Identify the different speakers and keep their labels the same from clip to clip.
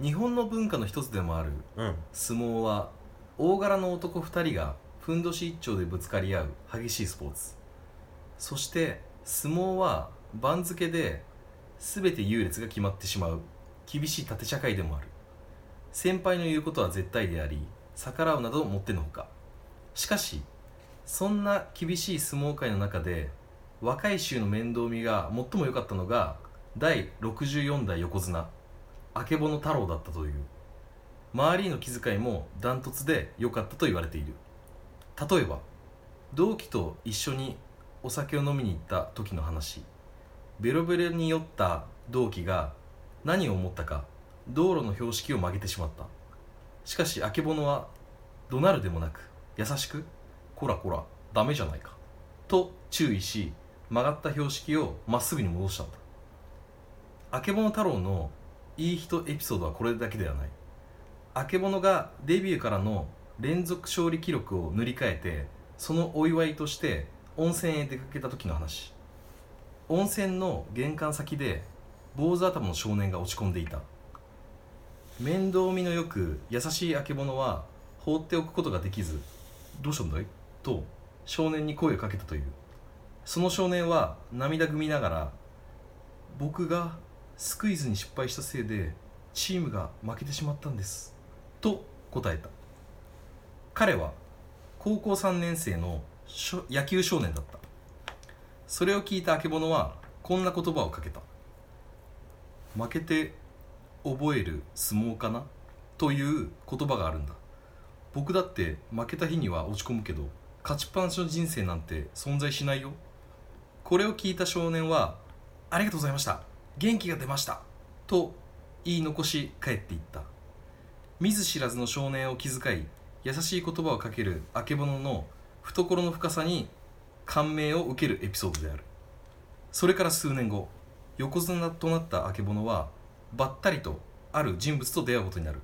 Speaker 1: 日本の文化の一つでもある
Speaker 2: うん
Speaker 1: 相撲は大柄の男2人がふんどし一丁でぶつかり合う激しいスポーツそして相撲は番付で全て優劣が決まってしまう厳しい縦社会でもある先輩の言うことは絶対であり逆らうなどもってのほかしかしそんな厳しい相撲界の中で若い衆の面倒見が最も良かったのが第64代横綱曙太郎だったという周りの気遣いもダントツで良かったと言われている例えば同期と一緒にお酒を飲みに行った時の話ベロベロに酔った同期が何を思ったか道路の標識を曲げてしまったしかしあけぼのは怒鳴るでもなく優しく「こらこらダメじゃないか」と注意し曲がった標識をまっすぐに戻したんだあけぼの太郎のいい人エピソードはこれだけではないあけぼのがデビューからの連続勝利記録を塗り替えてそのお祝いとして温泉へ出かけた時の話温泉の玄関先で坊主頭の少年が落ち込んでいた面倒見のよく優しいあけぼのは放っておくことができず「どうしたんだい?」と少年に声をかけたというその少年は涙ぐみながら「僕がスクイズに失敗したせいでチームが負けてしまったんですと答えた彼は高校3年生のしょ野球少年だったそれを聞いたあけぼのはこんな言葉をかけた負けて覚える相撲かなという言葉があるんだ僕だって負けた日には落ち込むけど勝ちっぱなしの人生なんて存在しないよこれを聞いた少年はありがとうございました元気が出ましたと言い残し帰っていった見ず知らずの少年を気遣い優しい言葉をかけるあけぼのの懐の深さに感銘を受けるエピソードであるそれから数年後横綱となったあけぼのはばったりとある人物と出会うことになる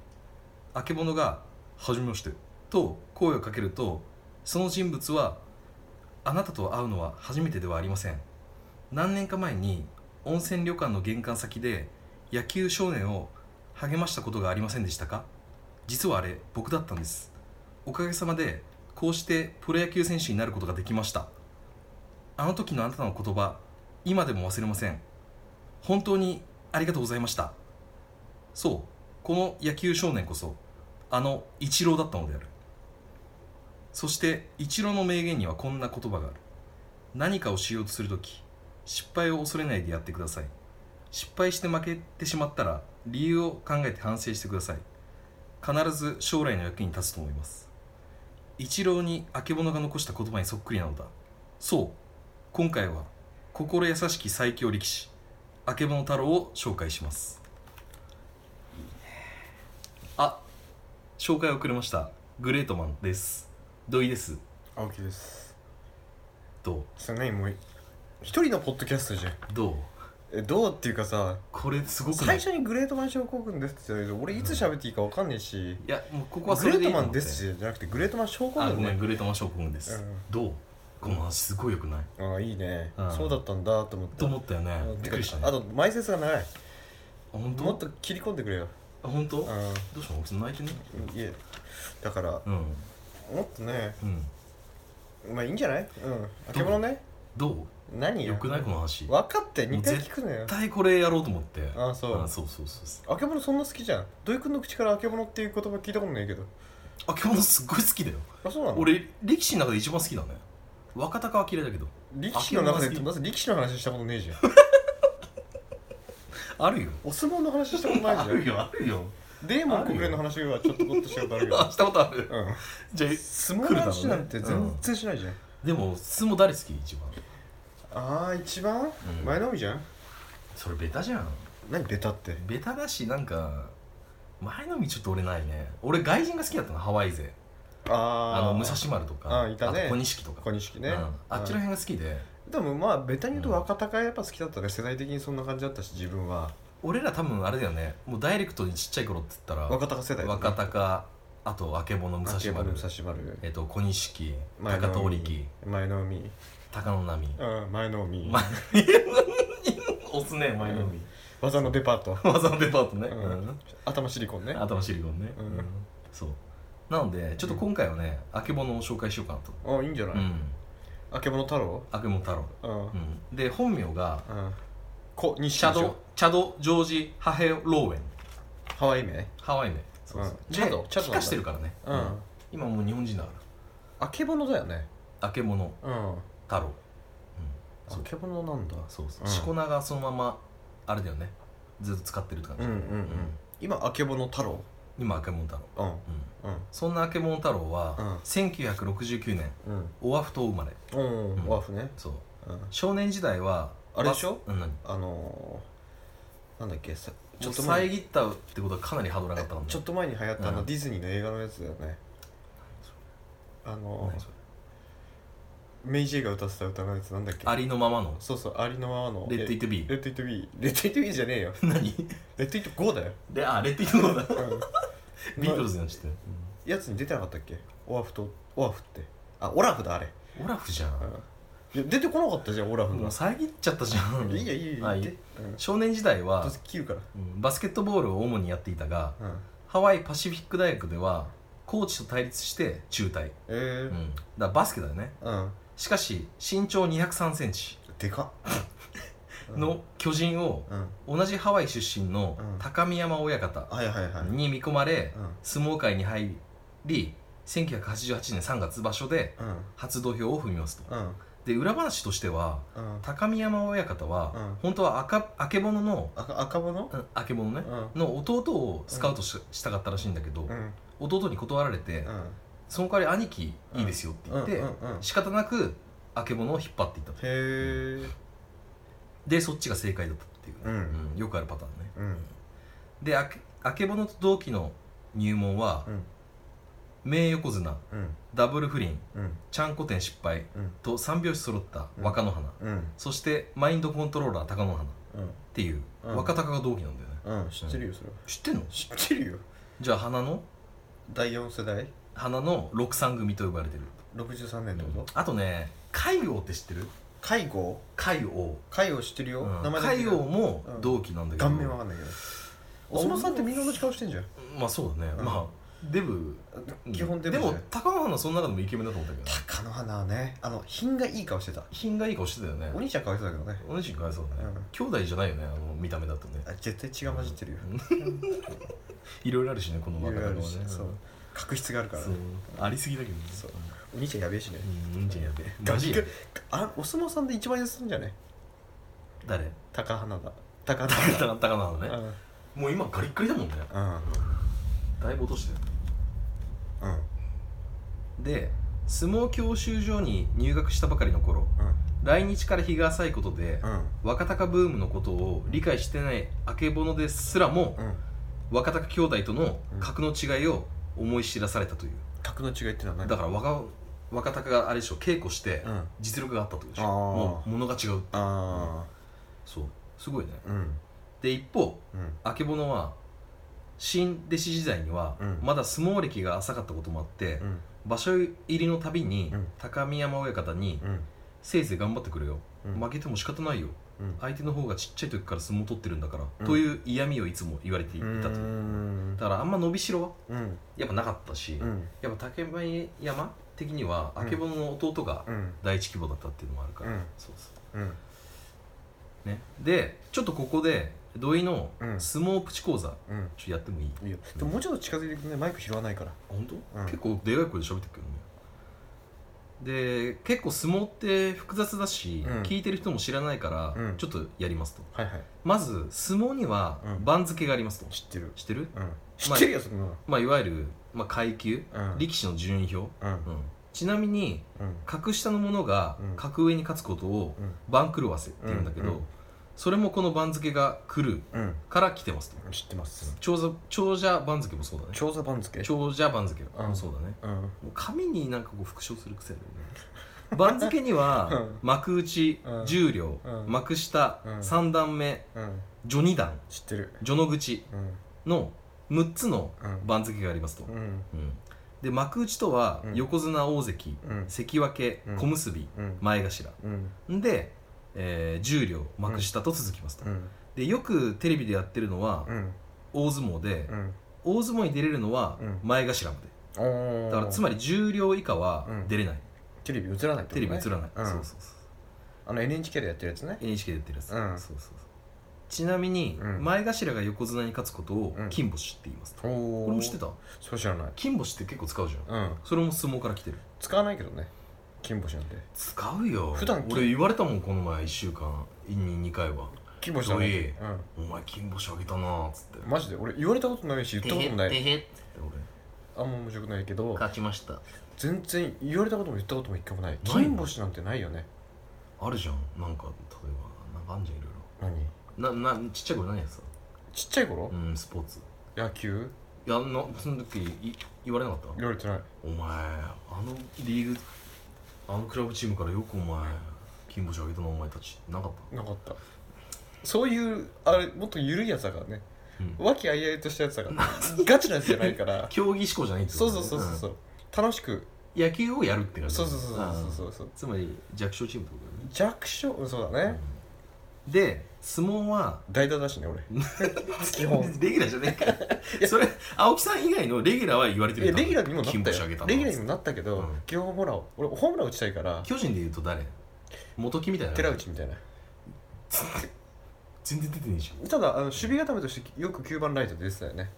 Speaker 1: あけぼのが「はじめまして」と声をかけるとその人物は「あなたと会うのは初めてではありません」何年か前に温泉旅館の玄関先で野球少年を励ましたことがありませんでしたか実はあれ僕だったんですおかげさまでこうしてプロ野球選手になることができましたあの時のあなたの言葉今でも忘れません本当にありがとうございましたそうこの野球少年こそあのイチローだったのであるそしてイチローの名言にはこんな言葉がある何かをしようとするとき失敗を恐れないでやってください失敗して負けてしまったら理由を考えて反省してください必ず将来の役に立つと思います一郎にあけぼのが残した言葉にそっくりなのだそう今回は心優しき最強力士あけぼの太郎を紹介しますあ紹介遅れましたグレートマンです土井です
Speaker 2: 青木です
Speaker 1: ど
Speaker 2: さ何もう一人のポッドキャストじゃん
Speaker 1: うどう
Speaker 2: えどうっていうかさ
Speaker 1: これすごくな
Speaker 2: 最
Speaker 1: い
Speaker 2: 初にグレートマン症候群ですって言ったけど俺いつ喋っていいかわかんねえし、
Speaker 1: いやもうここはそ
Speaker 2: グレ
Speaker 1: れ
Speaker 2: ー
Speaker 1: でい
Speaker 2: ト
Speaker 1: いと
Speaker 2: マ
Speaker 1: 思っ
Speaker 2: ン
Speaker 1: て
Speaker 2: ですじゃなくてグレートマン症候
Speaker 1: あご
Speaker 2: 群
Speaker 1: めん
Speaker 2: ね
Speaker 1: グレートマン症候群です、
Speaker 2: うん
Speaker 1: どうこの話すごいよくない
Speaker 2: ああいいね、
Speaker 1: うん
Speaker 2: そうだったんだと思って
Speaker 1: と思ったよね
Speaker 2: うん
Speaker 1: び
Speaker 2: て
Speaker 1: っ
Speaker 2: か
Speaker 1: くりしたね
Speaker 2: あと前説が長い
Speaker 1: 本当
Speaker 2: もっと切り込んでくれよ
Speaker 1: あ本当、
Speaker 2: う
Speaker 1: ど
Speaker 2: ん
Speaker 1: うしたの泣いてんの
Speaker 2: いえだから
Speaker 1: うん
Speaker 2: もっとね
Speaker 1: うん
Speaker 2: まあいいんじゃないうんあけぼのね
Speaker 1: どう
Speaker 2: 何
Speaker 1: よくないこの話絶
Speaker 2: 分かって2回聞くのよ
Speaker 1: 対これやろうと思って
Speaker 2: あそう
Speaker 1: そうそうそうそう
Speaker 2: あけぼのそんな好きじゃん土井くんの口からあけぼのっていう言葉聞いたことないけど
Speaker 1: あ今日のすっごい好きだよ
Speaker 2: あそうなの
Speaker 1: 俺力士の中で一番好きだね若隆は嫌いだけど
Speaker 2: 力士の中
Speaker 1: あけぼのが好
Speaker 2: で
Speaker 1: き
Speaker 2: まず力士の話したことね えじゃん
Speaker 1: あるよ
Speaker 2: お相撲の話したことないじゃ
Speaker 1: ある
Speaker 2: ん
Speaker 1: よあるよ
Speaker 2: デーモン国連の話はちょっとこっとしたことあるけど
Speaker 1: あしたことある
Speaker 2: うん
Speaker 1: じゃ
Speaker 2: 相撲の話なんて全然しないじゃん、
Speaker 1: あでも相撲誰好き一番
Speaker 2: ああ一番、
Speaker 1: うん
Speaker 2: 前のみじゃん
Speaker 1: それベタじゃん
Speaker 2: 何ベタって
Speaker 1: ベタだしなんか前のみちょっと俺ないね俺外人が好きだったのハワイ勢
Speaker 2: あ
Speaker 1: あ
Speaker 2: あ
Speaker 1: の武蔵丸とか
Speaker 2: あいたね
Speaker 1: と小錦とか
Speaker 2: 小錦ね、
Speaker 1: うんあっちの辺が好きで、
Speaker 2: うんでもまあベタに言うと若隆がやっぱ好きだったね世代的にそんな感じだったし自分は
Speaker 1: 俺ら多分あれだよねもうダイレクトにちっちゃい頃って言ったら
Speaker 2: 若隆世代だね
Speaker 1: 若隆あとあけぼの武
Speaker 2: 武蔵
Speaker 1: 蔵
Speaker 2: 丸
Speaker 1: 丸
Speaker 2: 武蔵丸
Speaker 1: えっと小錦
Speaker 2: 前
Speaker 1: 高
Speaker 2: の
Speaker 1: 遠
Speaker 2: 海
Speaker 1: 力
Speaker 2: 前の海
Speaker 1: 高野波
Speaker 2: うん前の海
Speaker 1: 前押すね前の海
Speaker 2: 技のデパート
Speaker 1: 技のデパートね、
Speaker 2: うん頭シリコンね
Speaker 1: 頭シリコンね、
Speaker 2: うん
Speaker 1: そうなのでちょっと今回はね、あけぼのを紹介しようかなと、
Speaker 2: あいいんじゃない、
Speaker 1: うん
Speaker 2: あけぼの太郎
Speaker 1: あけぼの太郎、
Speaker 2: うんうん
Speaker 1: うん、で本名が
Speaker 2: こ日
Speaker 1: チャドチャドジョージ・ハヘローウェン
Speaker 2: ハワイ名
Speaker 1: ハワイ名そうそう、
Speaker 2: うんチャド
Speaker 1: で
Speaker 2: チャド
Speaker 1: 帰
Speaker 2: なんだ
Speaker 1: 化してるからね、
Speaker 2: うん、
Speaker 1: 今もう日本人だか
Speaker 2: あけぼのだよね
Speaker 1: らあけぼの
Speaker 2: うんあ
Speaker 1: 太郎、うん、そう
Speaker 2: けぼのなんだ
Speaker 1: そうそう、
Speaker 2: うん
Speaker 1: しこ名がそのままあれだよねずっと使ってるって感
Speaker 2: う
Speaker 1: じ、
Speaker 2: んうんうん今あけぼの太郎
Speaker 1: 今あけぼの太郎、
Speaker 2: うん
Speaker 1: うん、
Speaker 2: う
Speaker 1: そんなあけぼの太郎は、
Speaker 2: うん
Speaker 1: 1969年
Speaker 2: ん
Speaker 1: オアフ島生まれ
Speaker 2: うんうん
Speaker 1: うん
Speaker 2: ワーフね
Speaker 1: そう
Speaker 2: うん
Speaker 1: 少年時代は
Speaker 2: あれでしょ
Speaker 1: バスうん何
Speaker 2: あのーなんだっけさ
Speaker 1: ちょっと
Speaker 2: 前
Speaker 1: 遮ったってことはかなりハードル上がったもんね
Speaker 2: ちょっと前に流行ったあ
Speaker 1: う
Speaker 2: の
Speaker 1: ん
Speaker 2: ディズニーの映画のやつだよねあの
Speaker 1: 何それ
Speaker 2: メイジェイが歌ってた歌のやつなんだっけ
Speaker 1: ありのままの
Speaker 2: そうそうありのままの
Speaker 1: レッド・イ
Speaker 2: え
Speaker 1: ット・ビー
Speaker 2: レッドイットビーレッドイットビーじゃねえよ
Speaker 1: 何
Speaker 2: レッドイットゴーだよ
Speaker 1: であレッド・イット・ビーだ
Speaker 2: うん
Speaker 1: ビートルズになっちゃって
Speaker 2: やつに出てなかったっけオアフとオアフってあオラフだあれ、
Speaker 1: オラフじゃん
Speaker 2: いや出てこなかったじゃんオラフ
Speaker 1: もう
Speaker 2: が、
Speaker 1: 遮っちゃったじゃん
Speaker 2: いいよいいよ
Speaker 1: あ
Speaker 2: 言
Speaker 1: い
Speaker 2: っ
Speaker 1: い
Speaker 2: てうん
Speaker 1: 少年時代
Speaker 2: ど
Speaker 1: は
Speaker 2: うせ切るから
Speaker 1: うんバスケットボールを主にやっていたが
Speaker 2: うん
Speaker 1: ハワイパシフィック大学ではコーチと対立して中退、
Speaker 2: え
Speaker 1: う
Speaker 2: ー
Speaker 1: ん、だからバスケだよね
Speaker 2: うん、
Speaker 1: しかし身長2 0 3センチ
Speaker 2: でかっ
Speaker 1: の巨人を
Speaker 2: うん、うん、
Speaker 1: 同じハワイ出身の
Speaker 2: うん
Speaker 1: 高見山親方
Speaker 2: はいはいはい、
Speaker 1: に見込まれ
Speaker 2: うん
Speaker 1: 相撲界に入り1988年3月場所で
Speaker 2: うん
Speaker 1: 初土俵を踏みますと
Speaker 2: うん
Speaker 1: で裏話としては
Speaker 2: うん
Speaker 1: 高見山親方
Speaker 2: う
Speaker 1: は
Speaker 2: ん
Speaker 1: 本当は赤あけぼのの
Speaker 2: 赤赤羽の
Speaker 1: うんあけぼのね
Speaker 2: うん
Speaker 1: の弟をスカウトし,、したかったらしいんだけど、
Speaker 2: うん
Speaker 1: 弟に断られて、
Speaker 2: うん
Speaker 1: その代わり兄貴いいですよって言って、
Speaker 2: うんうんうんへ
Speaker 1: 仕方なくあけぼのを引っ張っていったと
Speaker 2: え
Speaker 1: でそっちが正解だったっていう、
Speaker 2: うん
Speaker 1: うんよくあるパターンね
Speaker 2: うん
Speaker 1: であけあけぼのと同期の入門は、
Speaker 2: うん
Speaker 1: 名横綱
Speaker 2: うん
Speaker 1: ダブル不倫
Speaker 2: うん
Speaker 1: ちゃんこ店失敗
Speaker 2: うん
Speaker 1: と三拍子揃った若野花、
Speaker 2: うん
Speaker 1: そしてマインドコントローラー高野花っていう、
Speaker 2: うん
Speaker 1: 若隆が同期なんだよね
Speaker 2: うんうん知ってるよそれは
Speaker 1: 知ってんの
Speaker 2: 知ってるよ
Speaker 1: じゃあ花の
Speaker 2: 第4世代
Speaker 1: 花の六三組と呼ばれてる
Speaker 2: 63年ってこと
Speaker 1: あとね海王って知ってる
Speaker 2: 海王
Speaker 1: 海王、
Speaker 2: 海王知ってるよ、
Speaker 1: うん
Speaker 2: 名前だけ
Speaker 1: 海王も同期なんだけど、
Speaker 2: 顔面わかんないけどお相撲さんってみんな同じ顔してんじゃん
Speaker 1: まあそうだね、
Speaker 2: うん
Speaker 1: まあデブ
Speaker 2: 基本
Speaker 1: で
Speaker 2: デブじゃん
Speaker 1: も高野花はその中でもイケメンだと思ったけどね
Speaker 2: 貴乃花はねあの品がいい顔してた
Speaker 1: 品がいい顔してたよね
Speaker 2: お兄ちゃんかわいそうだけどね
Speaker 1: お姉ちゃんかわいそうだね、
Speaker 2: うん
Speaker 1: 兄弟じゃないよねあの見た目だとね
Speaker 2: あ絶対血が混じってるよ
Speaker 1: いろいろあるしねこの
Speaker 2: いろい
Speaker 1: 若
Speaker 2: ろあ
Speaker 1: 者
Speaker 2: る
Speaker 1: ね
Speaker 2: しそう確執があるから
Speaker 1: そう
Speaker 2: ね
Speaker 1: ありすぎだけどね
Speaker 2: そうお兄ちゃんやべえしね
Speaker 1: うんうんじゃやべえ
Speaker 2: ガ
Speaker 1: マ
Speaker 2: キ
Speaker 1: ジ
Speaker 2: があお相撲さんで一番痩せたんじゃね
Speaker 1: 誰
Speaker 2: 貴花だ貴花
Speaker 1: 高野花
Speaker 2: だ
Speaker 1: ねもう今ガリッガリだもんね
Speaker 2: うん
Speaker 1: だいぶ落としてる
Speaker 2: うん
Speaker 1: で相撲教習所に入学したばかりの頃来日から日が浅いことで、
Speaker 2: うん
Speaker 1: 若隆ブームのことを理解してないあけぼのですらも、
Speaker 2: うん
Speaker 1: 若隆兄弟との格の違いを思い知らされたという、
Speaker 2: 格の違いってのは何
Speaker 1: だから若若隆があれでしょ稽古して
Speaker 2: うんあ
Speaker 1: 実力があったってことでしょ、
Speaker 2: あー
Speaker 1: もう物が違う
Speaker 2: あ
Speaker 1: そうすごいね
Speaker 2: ーうん
Speaker 1: で一方
Speaker 2: うん
Speaker 1: あけぼのは新弟子時代には、
Speaker 2: うん
Speaker 1: まだ相撲歴が浅かったこともあって、
Speaker 2: うん
Speaker 1: 場所入りのたびに、
Speaker 2: うん
Speaker 1: 高見山親方に、
Speaker 2: うん
Speaker 1: せいぜい頑張ってくれよ、
Speaker 2: うん
Speaker 1: 負けても仕方ないよ
Speaker 2: うん
Speaker 1: 相手の方がちっちゃい時から相撲取ってるんだから、
Speaker 2: うん
Speaker 1: という嫌味をいつも言われていたという
Speaker 2: うーん
Speaker 1: だからあんま伸びしろは
Speaker 2: うん
Speaker 1: やっぱなかったし、
Speaker 2: うん
Speaker 1: やっぱ竹前山的には
Speaker 2: うん
Speaker 1: あけぼのの弟が
Speaker 2: うん
Speaker 1: 第一希望だったっていうのもあるから、
Speaker 2: うん
Speaker 1: そうそう
Speaker 2: うん
Speaker 1: ねでちょっとここで土井の
Speaker 2: うん
Speaker 1: 相撲プチ講座ちょ
Speaker 2: うん
Speaker 1: っとやってもいい
Speaker 2: いいよでももうちょっと近づいてくとねマイク拾わないから
Speaker 1: 本当、
Speaker 2: うん
Speaker 1: 結構でかい声で喋ってるけどねで結構相撲って複雑だし、
Speaker 2: うん
Speaker 1: 聞いてる人も知らないから、
Speaker 2: うん
Speaker 1: ちょっとやりますと
Speaker 2: はいはい
Speaker 1: まず相撲には
Speaker 2: うん
Speaker 1: 番付がありますと、
Speaker 2: 知ってる
Speaker 1: 知ってる、
Speaker 2: うん知
Speaker 1: ま
Speaker 2: っ
Speaker 1: あ
Speaker 2: てるよそんなの
Speaker 1: まあ、いわゆる、まあ、階級、
Speaker 2: うん
Speaker 1: 力士の順位表、
Speaker 2: うんうん
Speaker 1: うんちなみに格下の者が
Speaker 2: うん
Speaker 1: 格上に勝つことを
Speaker 2: うん
Speaker 1: 番狂わせって言うんだけど、
Speaker 2: うんうん
Speaker 1: それもこの番付が来る
Speaker 2: うん
Speaker 1: から来てますと
Speaker 2: 知ってます
Speaker 1: 長者長者番付もそうだね
Speaker 2: 調査番付
Speaker 1: 長者番付もそうだね、
Speaker 2: うん
Speaker 1: もう紙になんかこう復唱する癖あるよね番付には
Speaker 2: う
Speaker 1: 幕内
Speaker 2: うん
Speaker 1: 十両、
Speaker 2: うん
Speaker 1: 幕下、
Speaker 2: うん
Speaker 1: 三段目
Speaker 2: うん
Speaker 1: 序二段
Speaker 2: 知ってる
Speaker 1: 序の口
Speaker 2: うん
Speaker 1: の6つの
Speaker 2: うん
Speaker 1: 番付がありますと、
Speaker 2: うん
Speaker 1: うんで幕内とは
Speaker 2: うん
Speaker 1: 横綱大関、
Speaker 2: うん
Speaker 1: 関脇
Speaker 2: うん
Speaker 1: 小結び、
Speaker 2: うん
Speaker 1: 前頭
Speaker 2: うん
Speaker 1: で、えー、10両幕下と続きますと、
Speaker 2: うん
Speaker 1: でよくテレビでやってるのは
Speaker 2: うん
Speaker 1: 大相撲で
Speaker 2: うん
Speaker 1: 大相撲に出れるのは
Speaker 2: うん
Speaker 1: 前頭まで
Speaker 2: おー
Speaker 1: だからつまり10両以下は出れない
Speaker 2: テレビ映らないって
Speaker 1: テレビ映
Speaker 2: ない
Speaker 1: らない
Speaker 2: うん
Speaker 1: そうそうそう
Speaker 2: あの NHK でやってるやつね
Speaker 1: NHK でやってるやつ、
Speaker 2: うん
Speaker 1: そうそうそうちなみに
Speaker 2: うん
Speaker 1: 前頭が横綱に勝つことを
Speaker 2: うん
Speaker 1: 金星って言います、
Speaker 2: おお
Speaker 1: これも知って
Speaker 2: た
Speaker 1: た
Speaker 2: それ知らない
Speaker 1: 金星って結構使うじゃん
Speaker 2: うん
Speaker 1: それも相撲から来てる
Speaker 2: 使わないけどね金星なんて
Speaker 1: 使うよ
Speaker 2: 普段金
Speaker 1: 俺言われたもんこの前1週間に2回は
Speaker 2: 金星なんて
Speaker 1: ど「お前金星あげたな」っつって
Speaker 2: うんマジで俺言われたことないし言ったこともない
Speaker 1: へっつって俺
Speaker 2: あんま面白くないけど
Speaker 1: ちました
Speaker 2: 全然言われたことも言ったことも一回もない
Speaker 1: ない
Speaker 2: 金星なんてないよね
Speaker 1: あるじゃんなんか例えばなんかあんじゃんいろい
Speaker 2: 何
Speaker 1: ろななちっちゃい頃何やつ
Speaker 2: ちっちゃい頃
Speaker 1: うんスポーツ
Speaker 2: 野球
Speaker 1: いやなその時い言われなかった
Speaker 2: 言われてない
Speaker 1: お前あのリーグあのクラブチームからよくお前金星あげたなお前たちなかっ
Speaker 2: なかったそういうあれもっと緩いやつだからね
Speaker 1: た、うん
Speaker 2: 和気あいあいとしたやつだからガチなやつじゃない から
Speaker 1: 競技志向じゃないってこ
Speaker 2: そ
Speaker 1: と
Speaker 2: う
Speaker 1: だ
Speaker 2: そ
Speaker 1: ね
Speaker 2: うそうそうそう楽しく
Speaker 1: うん野球をやるって感じ
Speaker 2: そうそうそうそうそううそう
Speaker 1: つまり弱小チームってことだよね
Speaker 2: 弱小うんそうだね
Speaker 1: で相撲は
Speaker 2: 代打だしね俺基本
Speaker 1: レギュラーじゃね えかよそれ青木さん以外のレギュラーは言われて
Speaker 2: い
Speaker 1: る
Speaker 2: や
Speaker 1: よ
Speaker 2: レギュラーにもな
Speaker 1: 金
Speaker 2: っ
Speaker 1: 星
Speaker 2: た
Speaker 1: あげたな
Speaker 2: よレギュラーにもなったけ
Speaker 1: う
Speaker 2: ど
Speaker 1: ん
Speaker 2: 基本ほら俺ホームラン打ちたいから
Speaker 1: 巨人で言うと誰元木みたいな
Speaker 2: 寺内みたいな
Speaker 1: 全然出てねえじゃん
Speaker 2: ただあの守備固めとしてよく9番ライトで出てたよね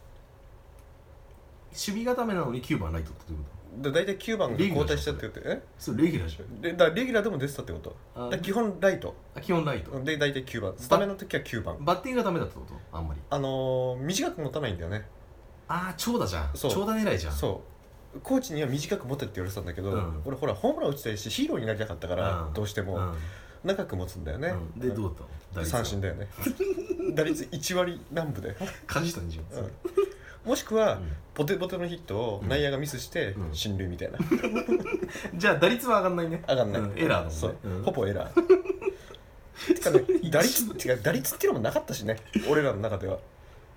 Speaker 1: 守備固めなのに9番ライトってどういうこと
Speaker 2: だ大体9番が
Speaker 1: レギュラ
Speaker 2: 交
Speaker 1: ー
Speaker 2: 代
Speaker 1: で
Speaker 2: し
Speaker 1: しょ
Speaker 2: たって言ってえ
Speaker 1: それレギュラーじゃん
Speaker 2: でだからレギュラーでも出てたってこと
Speaker 1: あ
Speaker 2: だから基本ライト
Speaker 1: あ基本ライト、
Speaker 2: で大体9番スタメンの時は9番
Speaker 1: バッティングがダメだったってことあんまり
Speaker 2: あのー、短く持たないんだよね
Speaker 1: ああ長打じゃん
Speaker 2: そう
Speaker 1: 長打狙いじゃん
Speaker 2: そうコーチには短く持てって言われてたんだけど、
Speaker 1: うん
Speaker 2: 俺ほらホームラン打ちたいしヒーローになりたかったから、
Speaker 1: うん
Speaker 2: どうしても、
Speaker 1: ん
Speaker 2: 長く持つんだよね、
Speaker 1: うんでどうだったの打率は
Speaker 2: 三振だよね打率1割南部で、
Speaker 1: 梶谷じゃん
Speaker 2: うんもしくは、
Speaker 1: うん
Speaker 2: ボテボテのヒットを
Speaker 1: うん
Speaker 2: 内野がミスして
Speaker 1: うん
Speaker 2: 進塁みたいな、
Speaker 1: じゃあ打率は上がんないね
Speaker 2: 上がんない、
Speaker 1: うんエラーだもんね
Speaker 2: そう、
Speaker 1: うん
Speaker 2: ほぼエラーて かね打率てか打率っていうのもなかったしね俺らの中では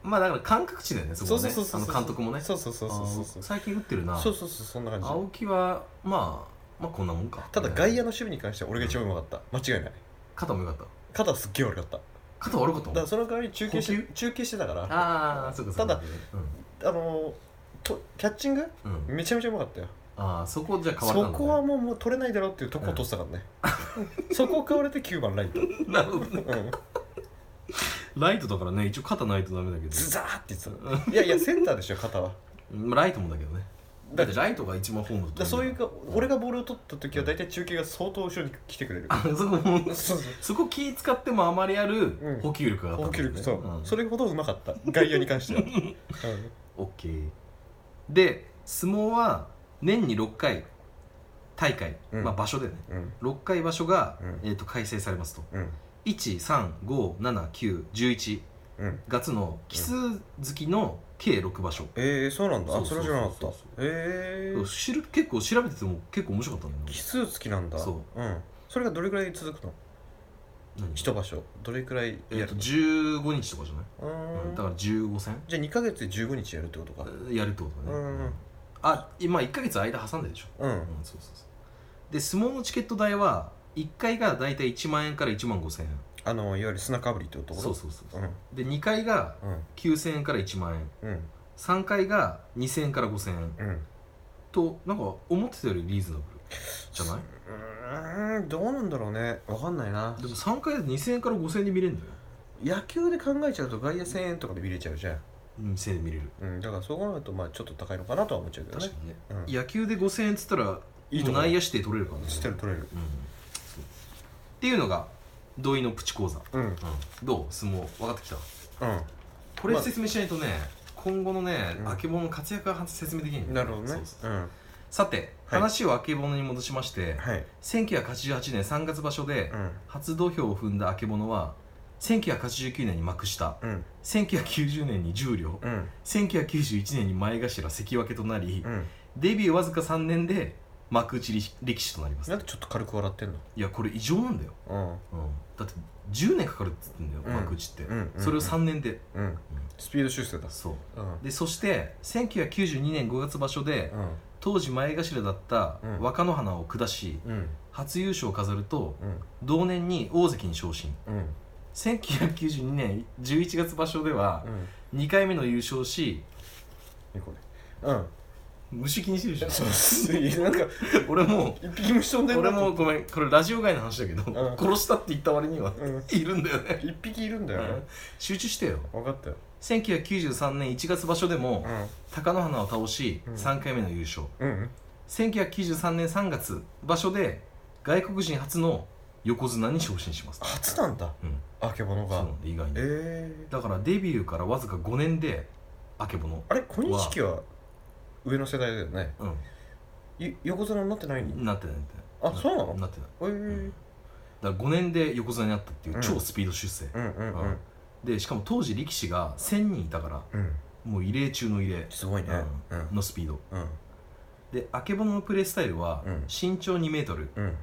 Speaker 1: まあだから感覚値だよねそこ
Speaker 2: そう
Speaker 1: は
Speaker 2: そう
Speaker 1: ね
Speaker 2: そうそ
Speaker 1: あ
Speaker 2: う
Speaker 1: の監督もね
Speaker 2: そうそうそうそうそう
Speaker 1: あー最近打ってるな
Speaker 2: そうそうそうそんな感じ
Speaker 1: 青木はまあまあこんなもんか
Speaker 2: ただ外野の守備に関しては俺が一番うまかった間違いない
Speaker 1: 肩もよかった
Speaker 2: 肩はすっげえ悪かっただ
Speaker 1: 肩悪かったもん
Speaker 2: からその代わり中継し
Speaker 1: 捕
Speaker 2: て中継してたから
Speaker 1: ああそうかそうか
Speaker 2: ただあのーとキャッチング
Speaker 1: うん、うん、
Speaker 2: めちゃめちゃうまかったよ
Speaker 1: ああそこじゃ変わった
Speaker 2: そ
Speaker 1: んだね
Speaker 2: こはもうもう取れないだろうっていうとこを取ってたから ね、そこを買われて9番ライト、う
Speaker 1: なるほどね
Speaker 2: ん、
Speaker 1: ライトだからね一応肩ないとダメだけど
Speaker 2: ズザーって言ってたいやいやセンターでしょ肩は
Speaker 1: まあライトもだけどねだっ
Speaker 2: だってて
Speaker 1: ライトが一番ホーム
Speaker 2: だそういうか俺がボールを取った時は大体中継が相当後ろに来てくれる
Speaker 1: あそこも
Speaker 2: そうそう
Speaker 1: そこ気使ってもあまりあ
Speaker 2: う
Speaker 1: る
Speaker 2: ん
Speaker 1: 補給力があった
Speaker 2: 補給力そう、そ
Speaker 1: れ
Speaker 2: れほどうまかった外野に関 しては、うん、
Speaker 1: OK で相撲は年に6回大会、
Speaker 2: うん
Speaker 1: まあ場所でね
Speaker 2: うん
Speaker 1: 6回場所が、
Speaker 2: うん
Speaker 1: えー、と開催されますと
Speaker 2: うん
Speaker 1: 1357911
Speaker 2: うん
Speaker 1: 月の奇数月の計6場所、
Speaker 2: えー、そうなんだあ
Speaker 1: そ
Speaker 2: そう
Speaker 1: そうそ
Speaker 2: れ
Speaker 1: う
Speaker 2: 知らなかった
Speaker 1: そうそう
Speaker 2: えー、
Speaker 1: 知る結構調べてても結構面白かったんだ
Speaker 2: 奇
Speaker 1: よ
Speaker 2: 数付きなんだ
Speaker 1: そ
Speaker 2: うん、それがどれくらい続くの
Speaker 1: な何
Speaker 2: 一場所どれくらい
Speaker 1: え
Speaker 2: や
Speaker 1: っと
Speaker 2: る
Speaker 1: 15日とかじゃない、
Speaker 2: うーん
Speaker 1: だから15戦
Speaker 2: じゃあ2ヶ月で15日やるってことか
Speaker 1: やるってことだね、
Speaker 2: うんうん
Speaker 1: あ今1ヶ月間挟んでるでしょ、
Speaker 2: う
Speaker 1: うんそうそうそうで相撲のチケット代は1回が大体1万円から1万5千円
Speaker 2: あのいわゆる砂かぶりってこと
Speaker 1: そうそうそう、
Speaker 2: うん
Speaker 1: で2回が
Speaker 2: うん
Speaker 1: 9000円から1万円
Speaker 2: うん
Speaker 1: 3回が2000円から5000円
Speaker 2: うん
Speaker 1: となんか思ってたよりリーズナブルじゃないう
Speaker 2: ーんどうなんだろうねわかんないな
Speaker 1: でも3回で2000円から5000円で見れるんだよ
Speaker 2: 野球で考えちゃうと外野1000円とかで見れちゃうじゃん、
Speaker 1: 2000円で見れる
Speaker 2: うん、だからそう考えるとまあちょっと高いのかなとは思っちゃうけど
Speaker 1: 確
Speaker 2: ね
Speaker 1: かにね、
Speaker 2: うん
Speaker 1: 野球で5000円っつったら
Speaker 2: いいと
Speaker 1: も
Speaker 2: 思
Speaker 1: う
Speaker 2: う
Speaker 1: 内野指定取れるからね
Speaker 2: 捨てる取れる
Speaker 1: うんそうっていうのが土井のプチ講座、
Speaker 2: うんうん
Speaker 1: どう相撲分かってきたこれ
Speaker 2: まあ
Speaker 1: 説明しないとね、今後のね、
Speaker 2: うん
Speaker 1: あけぼのの活躍は説明できないんだ
Speaker 2: な
Speaker 1: よ
Speaker 2: るほど
Speaker 1: そう
Speaker 2: ね
Speaker 1: そうそう
Speaker 2: うん
Speaker 1: さて、
Speaker 2: はい
Speaker 1: 話をあけぼのに戻しまして、
Speaker 2: はい
Speaker 1: 1988年3月場所で、
Speaker 2: うん
Speaker 1: 初土俵を踏んだあけぼのは1989年に幕下
Speaker 2: うん
Speaker 1: 1990年に十両
Speaker 2: うん
Speaker 1: 1991年に前頭関脇となり、
Speaker 2: うん
Speaker 1: デビューわずか3年で幕内力士力士となります
Speaker 2: なんでちょっと軽く笑ってんの
Speaker 1: いやこれ異常なんだよ、
Speaker 2: うん
Speaker 1: だって10年かかるって言ってんだよ、
Speaker 2: うん
Speaker 1: 幕内って、
Speaker 2: うんうん
Speaker 1: それを3年で、
Speaker 2: うんスピード修正だ
Speaker 1: そう
Speaker 2: うん
Speaker 1: でそして1992年5月場所で、
Speaker 2: うん
Speaker 1: 当時前頭だった
Speaker 2: うん
Speaker 1: 若野花を下し
Speaker 2: うん
Speaker 1: 初優勝を飾ると
Speaker 2: うん
Speaker 1: 同年に大関に昇進
Speaker 2: うん
Speaker 1: 1992年11月場所では
Speaker 2: うん
Speaker 1: 2回目の優勝し
Speaker 2: えこれうん
Speaker 1: 虫気にしてるでし
Speaker 2: そうっすいやなんか
Speaker 1: ょ 俺も
Speaker 2: 一匹虫飛んでるな
Speaker 1: 俺もごめんこれラジオ外の話だけど、
Speaker 2: うん
Speaker 1: 殺したって言った割には
Speaker 2: うん
Speaker 1: いるんだよね、
Speaker 2: 一匹いるんだよね
Speaker 1: 集中してよ
Speaker 2: 分かったよ
Speaker 1: 1993年1月場所でも貴乃花を倒し
Speaker 2: うん
Speaker 1: 3回目の優勝、
Speaker 2: うんうん
Speaker 1: 1993年3月場所で外国人初の横綱に昇進します
Speaker 2: 初なんだ
Speaker 1: うん
Speaker 2: あけぼの
Speaker 1: そうな
Speaker 2: が
Speaker 1: んで意外に
Speaker 2: ええ
Speaker 1: だからデビューからわずか5年であけぼの
Speaker 2: あれ小錦は上の世代だよね
Speaker 1: う
Speaker 2: い横綱になってないの
Speaker 1: んなってないみたい
Speaker 2: あそうなの
Speaker 1: なってない
Speaker 2: ええ
Speaker 1: んだから5年で横綱になったっていう超スピード出世、
Speaker 2: うんうんうん
Speaker 1: でしかも当時力士が1000人いたから
Speaker 2: うん
Speaker 1: もう異例中の異例
Speaker 2: すごいねう
Speaker 1: のスピード
Speaker 2: うん
Speaker 1: であけぼののプレースタイルは
Speaker 2: うん
Speaker 1: 身長2メートル、
Speaker 2: うん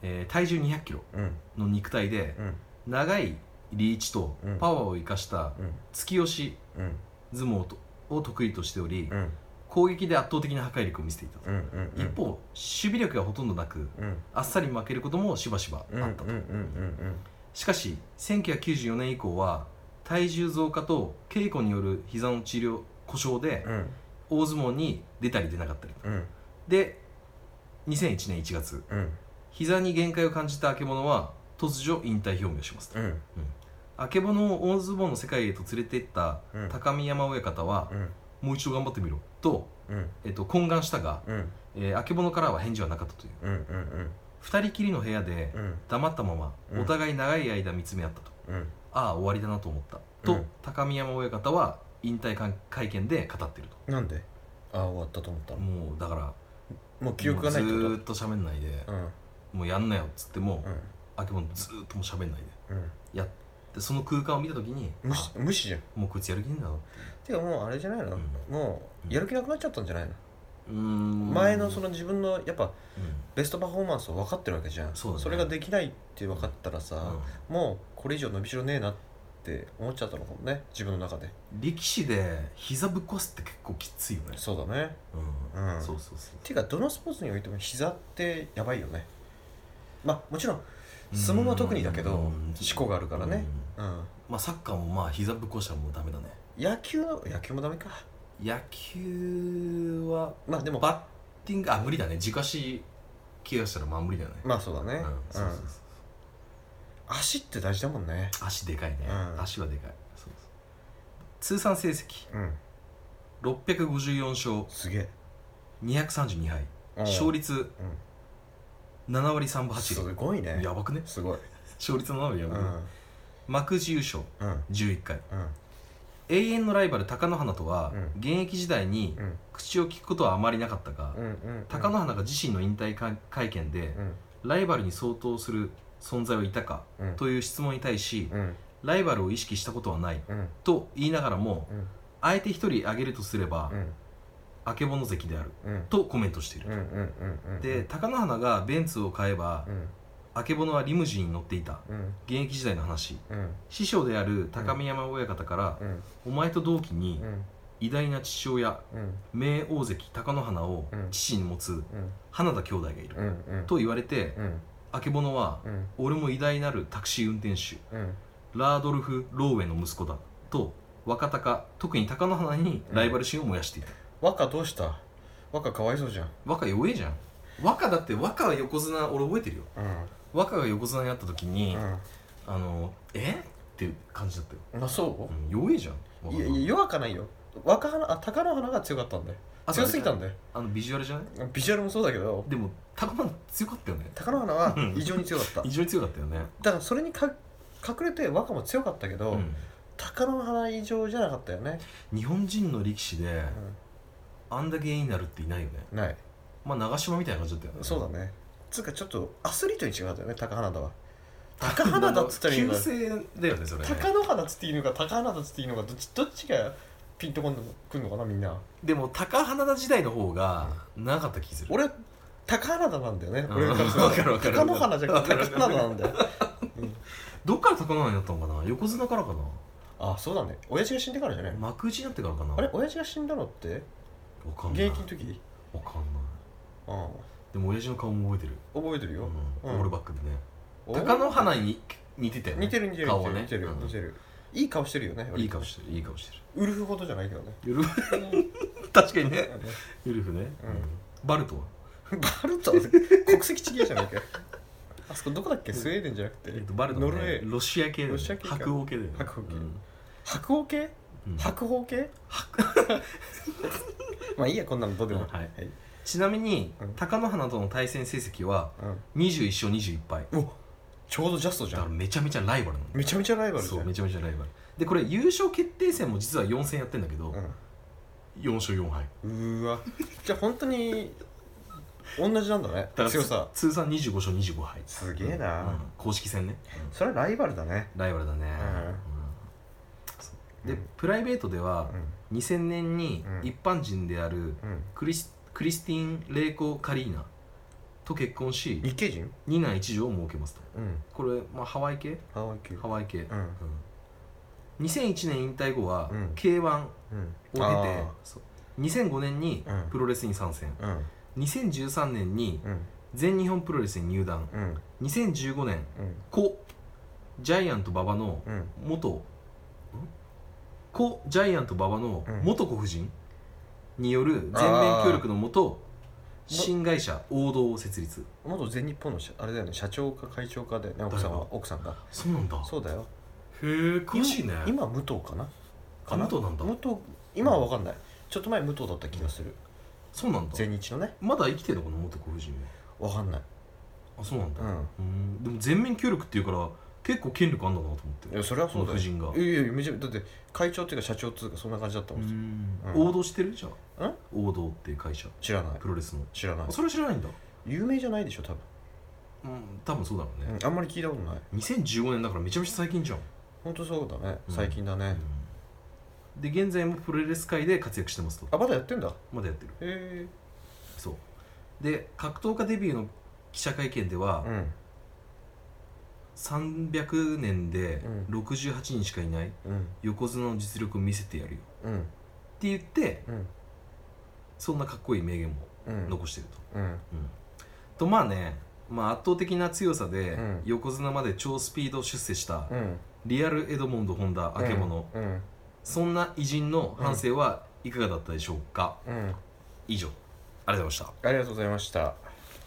Speaker 1: えー体重2 0 0キロ
Speaker 2: うん
Speaker 1: の肉体で
Speaker 2: うん
Speaker 1: 長いリーチと
Speaker 2: うん
Speaker 1: パワーを生かした
Speaker 2: うん
Speaker 1: 突き押し
Speaker 2: うん
Speaker 1: 相撲とを得意としており
Speaker 2: うん
Speaker 1: 攻撃で圧倒的な破壊力を見せていたと、
Speaker 2: うんうんうん
Speaker 1: 一方守備力がほとんどなく
Speaker 2: うん
Speaker 1: あっさり負けることもしばしばあった
Speaker 2: うん
Speaker 1: と、
Speaker 2: うんうん
Speaker 1: しかし1994年以降は体重増加と稽古による膝の治療故障で
Speaker 2: うん
Speaker 1: 大相撲に出たり出なかったりと
Speaker 2: うん
Speaker 1: で2001年1月
Speaker 2: うん
Speaker 1: 膝に限界を感じた曙は突如引退表明をしますと
Speaker 2: うん
Speaker 1: 曙を大相撲の世界へと連れて行った
Speaker 2: うん
Speaker 1: 高見山親方は
Speaker 2: うん
Speaker 1: もう一度頑張ってみろと、
Speaker 2: うん
Speaker 1: えっと、懇願したが、
Speaker 2: うん
Speaker 1: えー、曙からは返事はなかったという
Speaker 2: うんうん
Speaker 1: 二人きりの部屋で
Speaker 2: うん
Speaker 1: 黙ったまま
Speaker 2: うん
Speaker 1: お互い長い間見つめ合ったと、
Speaker 2: うん
Speaker 1: ああ終わりだなと思った
Speaker 2: う
Speaker 1: と、
Speaker 2: ん
Speaker 1: 高見山親方は引退会会見で語ってる
Speaker 2: なんでああ終わったと思った
Speaker 1: と
Speaker 2: の
Speaker 1: もうだから
Speaker 2: もう記憶がないっ
Speaker 1: も
Speaker 2: て
Speaker 1: う
Speaker 2: こ
Speaker 1: ず
Speaker 2: と
Speaker 1: ーっと喋んないで、
Speaker 2: うん
Speaker 1: もうやんなよっつっても、
Speaker 2: うん
Speaker 1: あけぼのずーっともう喋んないで
Speaker 2: うん
Speaker 1: やってその空間を見た時に
Speaker 2: 無視
Speaker 1: あ
Speaker 2: 無視じゃん
Speaker 1: もうこいつやる気ねえんだな
Speaker 2: てかもうあれじゃないの、
Speaker 1: うん
Speaker 2: もうやる気なくなっちゃったんじゃないの、
Speaker 1: うーん
Speaker 2: 前のそ
Speaker 1: の、
Speaker 2: の自分のやっぱ
Speaker 1: うん
Speaker 2: ベストパフォーマンスを分かってるわけじゃん
Speaker 1: そうだね
Speaker 2: れができないって分かったらさ、
Speaker 1: う
Speaker 2: もうこれ以上伸びしろねえなって思っちゃったのかもね自分の中で
Speaker 1: ん力士で膝ぶっ壊すって結構きついよね
Speaker 2: そうだね
Speaker 1: うん、
Speaker 2: うん
Speaker 1: そうそうそう
Speaker 2: ていうかどのスポーツにおいても膝ってやばいよねまあもちろん相撲は特にだけど
Speaker 1: うん
Speaker 2: 思考があるからねうん、
Speaker 1: まあサッカーもまあ膝ぶっ壊したらもうダメだね
Speaker 2: 野球の野球もダメか
Speaker 1: 野球は
Speaker 2: まあでも
Speaker 1: バッティングあ無理だね軸足怪我したらまあ無理だよね、
Speaker 2: まあそうだね、
Speaker 1: うんそうそうそう
Speaker 2: うん足って大事だもんね
Speaker 1: 足でかいね、
Speaker 2: うん
Speaker 1: 足はでかいそうそう通算成績
Speaker 2: うん
Speaker 1: 654勝
Speaker 2: すげえ
Speaker 1: 232敗
Speaker 2: うん
Speaker 1: 勝率
Speaker 2: うん
Speaker 1: 7割3分8
Speaker 2: すごいね
Speaker 1: 厘やばくね
Speaker 2: すごい
Speaker 1: 勝率7割や
Speaker 2: うん
Speaker 1: ば
Speaker 2: う
Speaker 1: く
Speaker 2: ん
Speaker 1: ね、幕内優勝
Speaker 2: うん
Speaker 1: 11回永遠のライバル貴乃花とは、
Speaker 2: うん
Speaker 1: 現役時代に
Speaker 2: うん
Speaker 1: 口を聞くことはあまりなかったが、
Speaker 2: うんうん
Speaker 1: 貴乃花が自身の引退会会見で
Speaker 2: うん
Speaker 1: ライバルに相当する存在はいたか
Speaker 2: うん
Speaker 1: という質問に対し
Speaker 2: うん
Speaker 1: ライバルを意識したことはない
Speaker 2: うん
Speaker 1: と言いながらも
Speaker 2: うん
Speaker 1: あえて一人挙げるとすれば
Speaker 2: うん
Speaker 1: あけぼの関である
Speaker 2: うん
Speaker 1: とコメントしている
Speaker 2: うんうんうんうん
Speaker 1: で貴乃花がベンツを買えば
Speaker 2: うん
Speaker 1: あけぼのはリムジンに乗っていた
Speaker 2: うん
Speaker 1: 現役時代の話
Speaker 2: うん
Speaker 1: 師匠である高見山親方から
Speaker 2: うん
Speaker 1: お前と同期に
Speaker 2: うん
Speaker 1: 偉大な父親
Speaker 2: うん
Speaker 1: 名大関貴乃花を
Speaker 2: うん
Speaker 1: 父に持つ
Speaker 2: うん
Speaker 1: 花田兄弟がいる
Speaker 2: うんうん
Speaker 1: と言われて
Speaker 2: うん
Speaker 1: あけぼのは
Speaker 2: うん
Speaker 1: 俺も偉大なるタクシー運転手
Speaker 2: うん
Speaker 1: ラードルフ・ローウェの息子だと若隆特に貴乃花にライバル心を燃やしていた、
Speaker 2: 若どうした若かわいそうじゃん
Speaker 1: 若弱えじゃん若だって若は横綱俺覚えてるよ
Speaker 2: うん
Speaker 1: 若が横綱に会った時に、
Speaker 2: う
Speaker 1: あのえっていう感じだったよ、
Speaker 2: んあそ
Speaker 1: うん弱えじゃん
Speaker 2: う
Speaker 1: 若
Speaker 2: い
Speaker 1: が
Speaker 2: やいや弱かないよ若花あ貴乃花が強かったんで
Speaker 1: あと
Speaker 2: 強すぎたんで
Speaker 1: あのビジュアルじゃない
Speaker 2: ビジュアルもそうだけど
Speaker 1: でも貴乃花強かったよね
Speaker 2: 貴乃花は
Speaker 1: うん
Speaker 2: 異常に強かった
Speaker 1: 異常に強かったよね
Speaker 2: だからそれにか隠れて若も強かったけど、
Speaker 1: うん
Speaker 2: 貴乃花以上じゃなかったよね、
Speaker 1: 日本人の力士であんだけ絵になるっていないよね
Speaker 2: ない
Speaker 1: まあ長嶋みたいな感じだったよね
Speaker 2: そう だねつうかちょっとアスリートに違うだよね貴花田は貴花田っつったらいい
Speaker 1: 急
Speaker 2: のか
Speaker 1: 性だよねそれね
Speaker 2: 貴乃花っつっていいのか貴花田っつっていいのかどっちどっちがピンとこんのくんのかなみんな
Speaker 1: でも高花田時代の方がなかった気する
Speaker 2: 俺貴花田なんだよね
Speaker 1: うん
Speaker 2: 俺からすると
Speaker 1: わかるわかる
Speaker 2: 貴乃花じゃなくて
Speaker 1: わか
Speaker 2: 貴
Speaker 1: るわか
Speaker 2: 花
Speaker 1: る
Speaker 2: 田なんだよ
Speaker 1: どっから高菜になったのかな横綱からかな
Speaker 2: あそうだね親父が死んでからじゃない
Speaker 1: 幕内になってからかな
Speaker 2: あれ親父が死んだのって
Speaker 1: わかん
Speaker 2: 現
Speaker 1: ない
Speaker 2: 役の時
Speaker 1: わかんない
Speaker 2: うん
Speaker 1: でも親父の顔も覚えてる
Speaker 2: 覚えてるよ、
Speaker 1: うん
Speaker 2: うん
Speaker 1: オールバックでね
Speaker 2: 覚え
Speaker 1: 高野花に似てたよね
Speaker 2: 似てる似てる
Speaker 1: 顔
Speaker 2: 似
Speaker 1: は
Speaker 2: てる
Speaker 1: ね
Speaker 2: 似てる
Speaker 1: うん
Speaker 2: 似てるいい顔してるよね
Speaker 1: いい顔してるいい顔してる
Speaker 2: ウルフほどじゃないけどね
Speaker 1: ゆる 確かにねウルフね、
Speaker 2: うん
Speaker 1: バルトは、
Speaker 2: バルトは国籍違えじゃないかよあそこどこだっけスウェーデンじゃなく
Speaker 1: えってと、バルトは
Speaker 2: ノ
Speaker 1: ね
Speaker 2: ルウェー
Speaker 1: ロシア系だよ
Speaker 2: ロ
Speaker 1: ね
Speaker 2: シア系か
Speaker 1: 白鵬系だよね
Speaker 2: 白鵬系
Speaker 1: うん
Speaker 2: 白鵬系
Speaker 1: うん
Speaker 2: 白鵬系 まあいいやこんなのどうでも
Speaker 1: はいちなみに、
Speaker 2: うん
Speaker 1: 貴乃花との対戦成績は21勝21敗
Speaker 2: うん、おちょうどジャストじ
Speaker 1: だ
Speaker 2: ゃ
Speaker 1: から
Speaker 2: ん
Speaker 1: めちゃめちゃライバルなの
Speaker 2: めちゃめちゃライバルじゃん
Speaker 1: そうめちゃめちゃライバルでこれ優勝決定戦も実は4戦やってんだけど、4勝4敗
Speaker 2: うん、うーわじゃあ本当に同じなんだね
Speaker 1: だから
Speaker 2: 強さ
Speaker 1: 通算25勝25敗
Speaker 2: すげえな
Speaker 1: うん公式戦ね、
Speaker 2: それはライバルだね
Speaker 1: ライバルだね、
Speaker 2: うん
Speaker 1: うんそうで
Speaker 2: うん
Speaker 1: プライベートで
Speaker 2: う
Speaker 1: は
Speaker 2: ん
Speaker 1: 2000年に
Speaker 2: うん
Speaker 1: 一般人である
Speaker 2: うん
Speaker 1: クリスクリスティン・レイコ・カリーナと結婚し
Speaker 2: 日系人
Speaker 1: 2男1女を設けますと
Speaker 2: うん
Speaker 1: これ、まあ、ハワイ系
Speaker 2: ハワイ系
Speaker 1: ハワイ系、
Speaker 2: うん
Speaker 1: うん2001年引退後は
Speaker 2: うん
Speaker 1: k 1を
Speaker 2: うん
Speaker 1: 経て、
Speaker 2: あ
Speaker 1: そう2005年に
Speaker 2: うん
Speaker 1: プロレスに参戦
Speaker 2: ーうん
Speaker 1: 2013年に
Speaker 2: うん
Speaker 1: 全日本プロレスに入団
Speaker 2: うん
Speaker 1: 2015年
Speaker 2: うん
Speaker 1: 故ジャイアント馬場の
Speaker 2: うん
Speaker 1: 元ん故ジャイアント馬場の
Speaker 2: うん
Speaker 1: 元子夫人による全面協力のもと新会社王道を設立
Speaker 2: 元全日本の社あれだよね社長か会長かだよね奥さんは
Speaker 1: 誰
Speaker 2: 奥さんが
Speaker 1: そうなんだへ
Speaker 2: そうだよ
Speaker 1: え詳しいね
Speaker 2: 今武藤かなかな
Speaker 1: あ武藤なんだ
Speaker 2: 武藤今は分かんないちょっと前武藤だった気がする
Speaker 1: そうなんだ
Speaker 2: 全日のね
Speaker 1: まだ生きてるのかな元子夫人は
Speaker 2: 分かんない
Speaker 1: あそうなんだ
Speaker 2: うん
Speaker 1: うんでも全面協力っていうから結構権力あんだなと思っ
Speaker 2: い
Speaker 1: て
Speaker 2: やそれはそうだよ
Speaker 1: その夫人が
Speaker 2: いやいやめちゃめちゃだって会長っていうか社長っていうかそんな感じだったもん、
Speaker 1: うん
Speaker 2: うん
Speaker 1: 王道知ってるじゃあ
Speaker 2: ん
Speaker 1: 王道っていう会社
Speaker 2: 知らない
Speaker 1: プロレスの
Speaker 2: 知らない
Speaker 1: あそれ知らないんだ
Speaker 2: 有名じゃないでしょ多分、
Speaker 1: うん多分そうだろうね
Speaker 2: うん、あんまり聞いたことない
Speaker 1: 2015年だからめちゃめちゃ最近じゃん、
Speaker 2: 本当そうだね
Speaker 1: うん
Speaker 2: 最近だね、
Speaker 1: で現在もプロレス界で活躍してますと
Speaker 2: あまだやってんだへ
Speaker 1: まだやってる
Speaker 2: え
Speaker 1: そうで格闘家デビューの記者会見では、
Speaker 2: うん
Speaker 1: 300年で
Speaker 2: う
Speaker 1: 68人しかいない
Speaker 2: うん
Speaker 1: 横綱の実力を見せてやるよ
Speaker 2: うん
Speaker 1: って言って
Speaker 2: うん
Speaker 1: そんなかっこいい名言も
Speaker 2: うん
Speaker 1: 残してると、
Speaker 2: うん
Speaker 1: うんとまあね、まあ、圧倒的な強さで
Speaker 2: うん
Speaker 1: 横綱まで超スピード出世した
Speaker 2: うん
Speaker 1: リアルエドモンド・ホンダ・アケボノ、
Speaker 2: うん
Speaker 1: そんな偉人の反省はいかがだったでしょうか、
Speaker 2: うん
Speaker 1: 以上ありがとうございました
Speaker 2: ありがとうございました